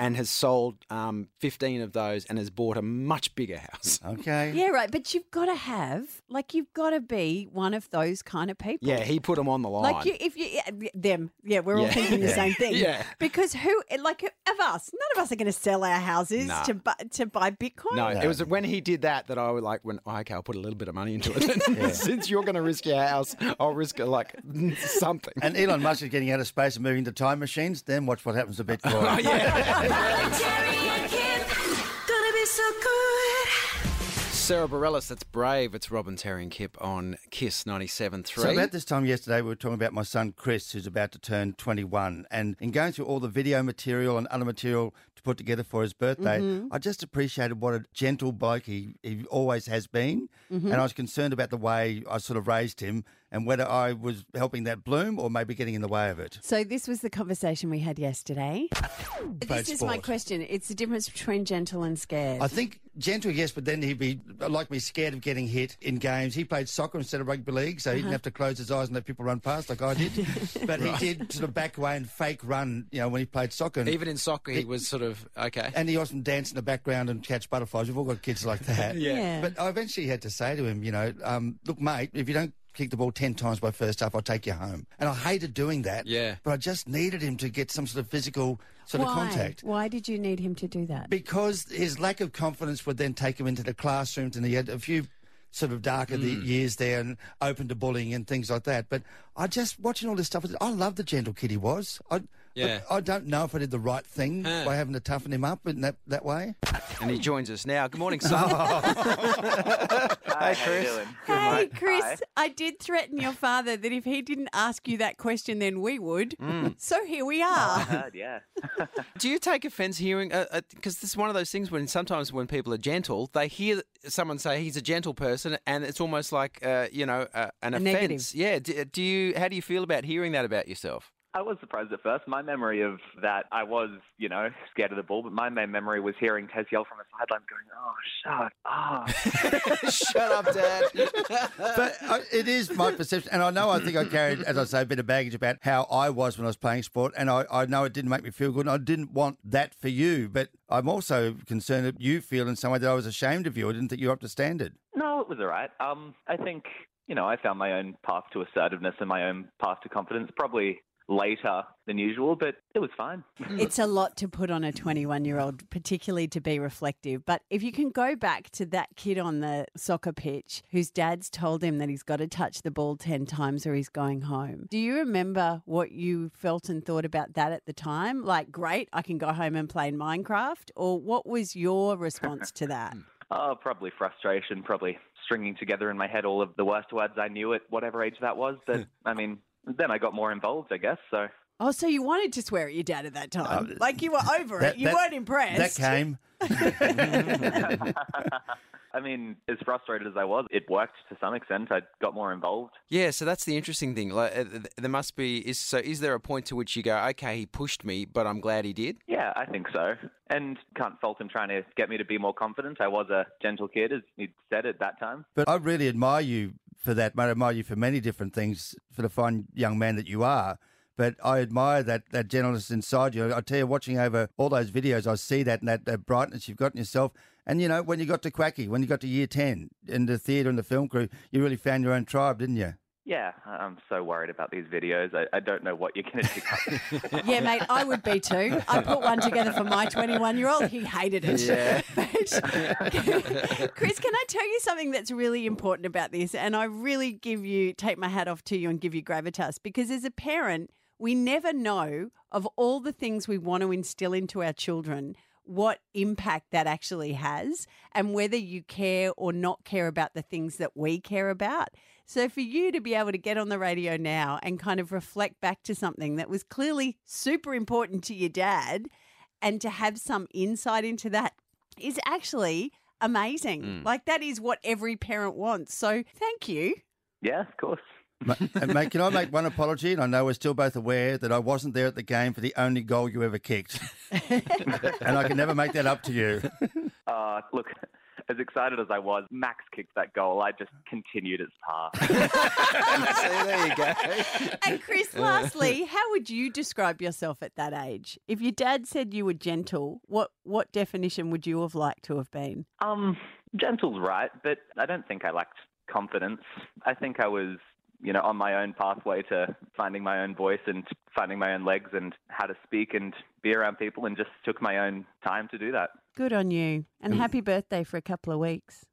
Speaker 2: and has sold um, fifteen of those, and has bought a much bigger house.
Speaker 4: Okay.
Speaker 3: Yeah, right. But you've got to have like you've got to be one of those kind of people.
Speaker 2: Yeah, he put them on the line.
Speaker 3: Like you, if you yeah, them, yeah, we're all
Speaker 2: Yeah.
Speaker 3: thinking the
Speaker 2: Yeah.
Speaker 3: same thing.
Speaker 2: Yeah.
Speaker 3: Because who, like, of us, none of us are going to sell our houses
Speaker 2: Nah.
Speaker 3: to bu- to buy Bitcoin.
Speaker 2: no, it was when he did that that I was like, when oh, okay, I'll put a little bit of money into it. Since you're going to risk your house, I'll risk like something.
Speaker 4: And Elon Musk is getting out of space and moving to time machines. Then watch what happens to Bitcoin.
Speaker 1: Robin, Terry, and Kip. Gonna be so good.
Speaker 2: Sarah Bareilles, that's brave. It's Robin Terry and Kip on Kiss 97.3.
Speaker 4: So about this time yesterday, we were talking about my son Chris, who's about to turn 21, and in going through all the video material and other material to put together for his birthday,
Speaker 6: Mhm.
Speaker 4: I just appreciated what a gentle bloke he, he always has been,
Speaker 6: Mhm.
Speaker 4: and I was concerned about the way I sort of raised him and whether I was helping that bloom or maybe getting in the way of it.
Speaker 3: So this was the conversation we had yesterday. This is my
Speaker 4: sport.
Speaker 3: question. It's the difference between gentle and scared.
Speaker 4: I think gentle, yes, but then he'd be like me, scared of getting hit in games. He played soccer instead of rugby league, so he didn't
Speaker 3: Uh-huh.
Speaker 4: have to close his eyes and let people run past like I did. but
Speaker 2: Right.
Speaker 4: he did sort of back away and fake run, you know, when he played soccer. And,
Speaker 2: Even in soccer, he was sort of, okay.
Speaker 4: and he often danced in the background and catch butterflies. We've all got kids like that.
Speaker 2: Yeah. Yeah.
Speaker 4: But I eventually had to say to him, you know, um, look, mate, if you don't kick the ball 10 times by first half, I'll take you home. And I hated doing that.
Speaker 2: Yeah.
Speaker 4: But I just needed him to get some sort of physical sort
Speaker 3: Why?
Speaker 4: of contact.
Speaker 3: Why did you need him to do that?
Speaker 4: Because his lack of confidence would then take him into the
Speaker 2: Hmm.
Speaker 4: classrooms, and he had a few sort of darker the years there and open to bullying and things like that. But I just watching all this stuff. I love the gentle kid he was. I,
Speaker 2: Yeah.
Speaker 4: I, I don't know if I did the right thing
Speaker 2: Huh.
Speaker 4: by having to toughen him up in that that way.
Speaker 2: And he joins us now. Good morning, son. hey, Chris.
Speaker 3: Hey, Chris, I did threaten your father that if he didn't ask you that question, then we would.
Speaker 2: Mm.
Speaker 3: So here we are.
Speaker 13: yeah.
Speaker 2: Do you take offence hearing? Because uh, 'cause this is one of those things when sometimes when people are gentle, they hear someone say he's a gentle person, and it's almost like uh, you know uh, an
Speaker 13: A negative.
Speaker 2: offence. Yeah. Do, do you? How do you feel about hearing that about yourself?
Speaker 13: I was surprised at first. My memory of that, I was, you know, scared of the ball, but my main memory was hearing Tez yell from the sidelines going, oh, shut up.
Speaker 2: Shut up, Dad.
Speaker 4: but uh, it is my perception, and I know I think I carried, as I say, a bit of baggage about how I was when I was playing sport, and I, I know it didn't make me feel good, and I didn't want that for you. But I'm also concerned that you feel in some way that I was ashamed of you. I didn't think you were up to standard.
Speaker 13: No, it was all right. Um, I think, you know, I found my own path to assertiveness and my own path to confidence probably later than usual, but it was fine.
Speaker 3: It's a lot to put on a 21 year old, particularly to be reflective. But if you can go back to that kid on the soccer pitch whose dad's told him that he's got to touch the ball 10 times or he's going home, do you remember what you felt and thought about that at the time? Like, great, I can go home and play in Minecraft? Or what was your response to that?
Speaker 13: Oh, probably frustration, probably stringing together in my head all of the worst words I knew at whatever age that was. But I mean, then I got more involved, I guess. So
Speaker 3: Oh, so you wanted to swear at your dad at that time?
Speaker 13: Uh,
Speaker 3: like you were over
Speaker 13: that-
Speaker 3: it. You
Speaker 13: that-
Speaker 3: weren't impressed.
Speaker 13: I mean, as frustrated as I was, it worked to some extent. I got more involved.
Speaker 2: Yeah, so that's the interesting thing. Like, uh, th- there must be is so is there a point to which you go, okay, he pushed me, but I'm glad he did.
Speaker 13: Yeah, I think so. And can't fault him trying to get me to be more confident. I was a gentle kid, as he said at that time.
Speaker 4: But I really admire you for that, mate. I admire you for many different things, for the fine young man that you are. But I admire that that gentleness inside you. I tell you, watching over all those videos, I see that and that, that brightness you've got in yourself. And you know, when you got to Quacky, when you got to Year Ten in the theatre and the film crew, you really found your own tribe, didn't you?
Speaker 13: Yeah, I- I'm so worried about these videos. I, I don't know what you're going to pick up.
Speaker 3: Yeah, mate, I would be too. I put one together for my 21 year old. He hated it.
Speaker 1: Yeah.
Speaker 3: But- Chris, can I tell you something that's really important about this? And I really give you, take my hat off to you and give you gravitas because as a parent, we never know of all the things we want to instill into our children. What impact that actually has, and whether you care or not care about the things that we care about. So, for you to be able to get on the radio now and kind of reflect back to something that was clearly super important to your dad and to have some insight into that is actually amazing.
Speaker 4: Mm.
Speaker 3: Like that is what every parent wants. So thank you.
Speaker 13: yeah, of course.
Speaker 4: Ma- and mate, can I make one apology? And I know we're still both aware that I wasn't there at the game for the only goal you ever kicked, and I can never make that up to you.
Speaker 13: Uh, look, as excited as I was, Max kicked that goal. I just continued its path.
Speaker 2: there you go.
Speaker 3: And Chris, lastly, how would you describe yourself at that age? If your dad said you were gentle, what what definition would you have liked to have been?
Speaker 13: Um, Gentle's right, but I don't think I lacked confidence. I think I was, you know, on my own pathway to finding my own voice and finding my own legs and how to speak and be around people and just took my own time to do that.
Speaker 3: Good on you. And happy birthday for a couple of weeks.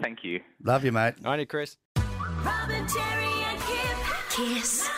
Speaker 13: Thank you.
Speaker 4: Love you, mate.
Speaker 2: All right, Chris.
Speaker 1: Robin, Terry, and Kip. Kiss.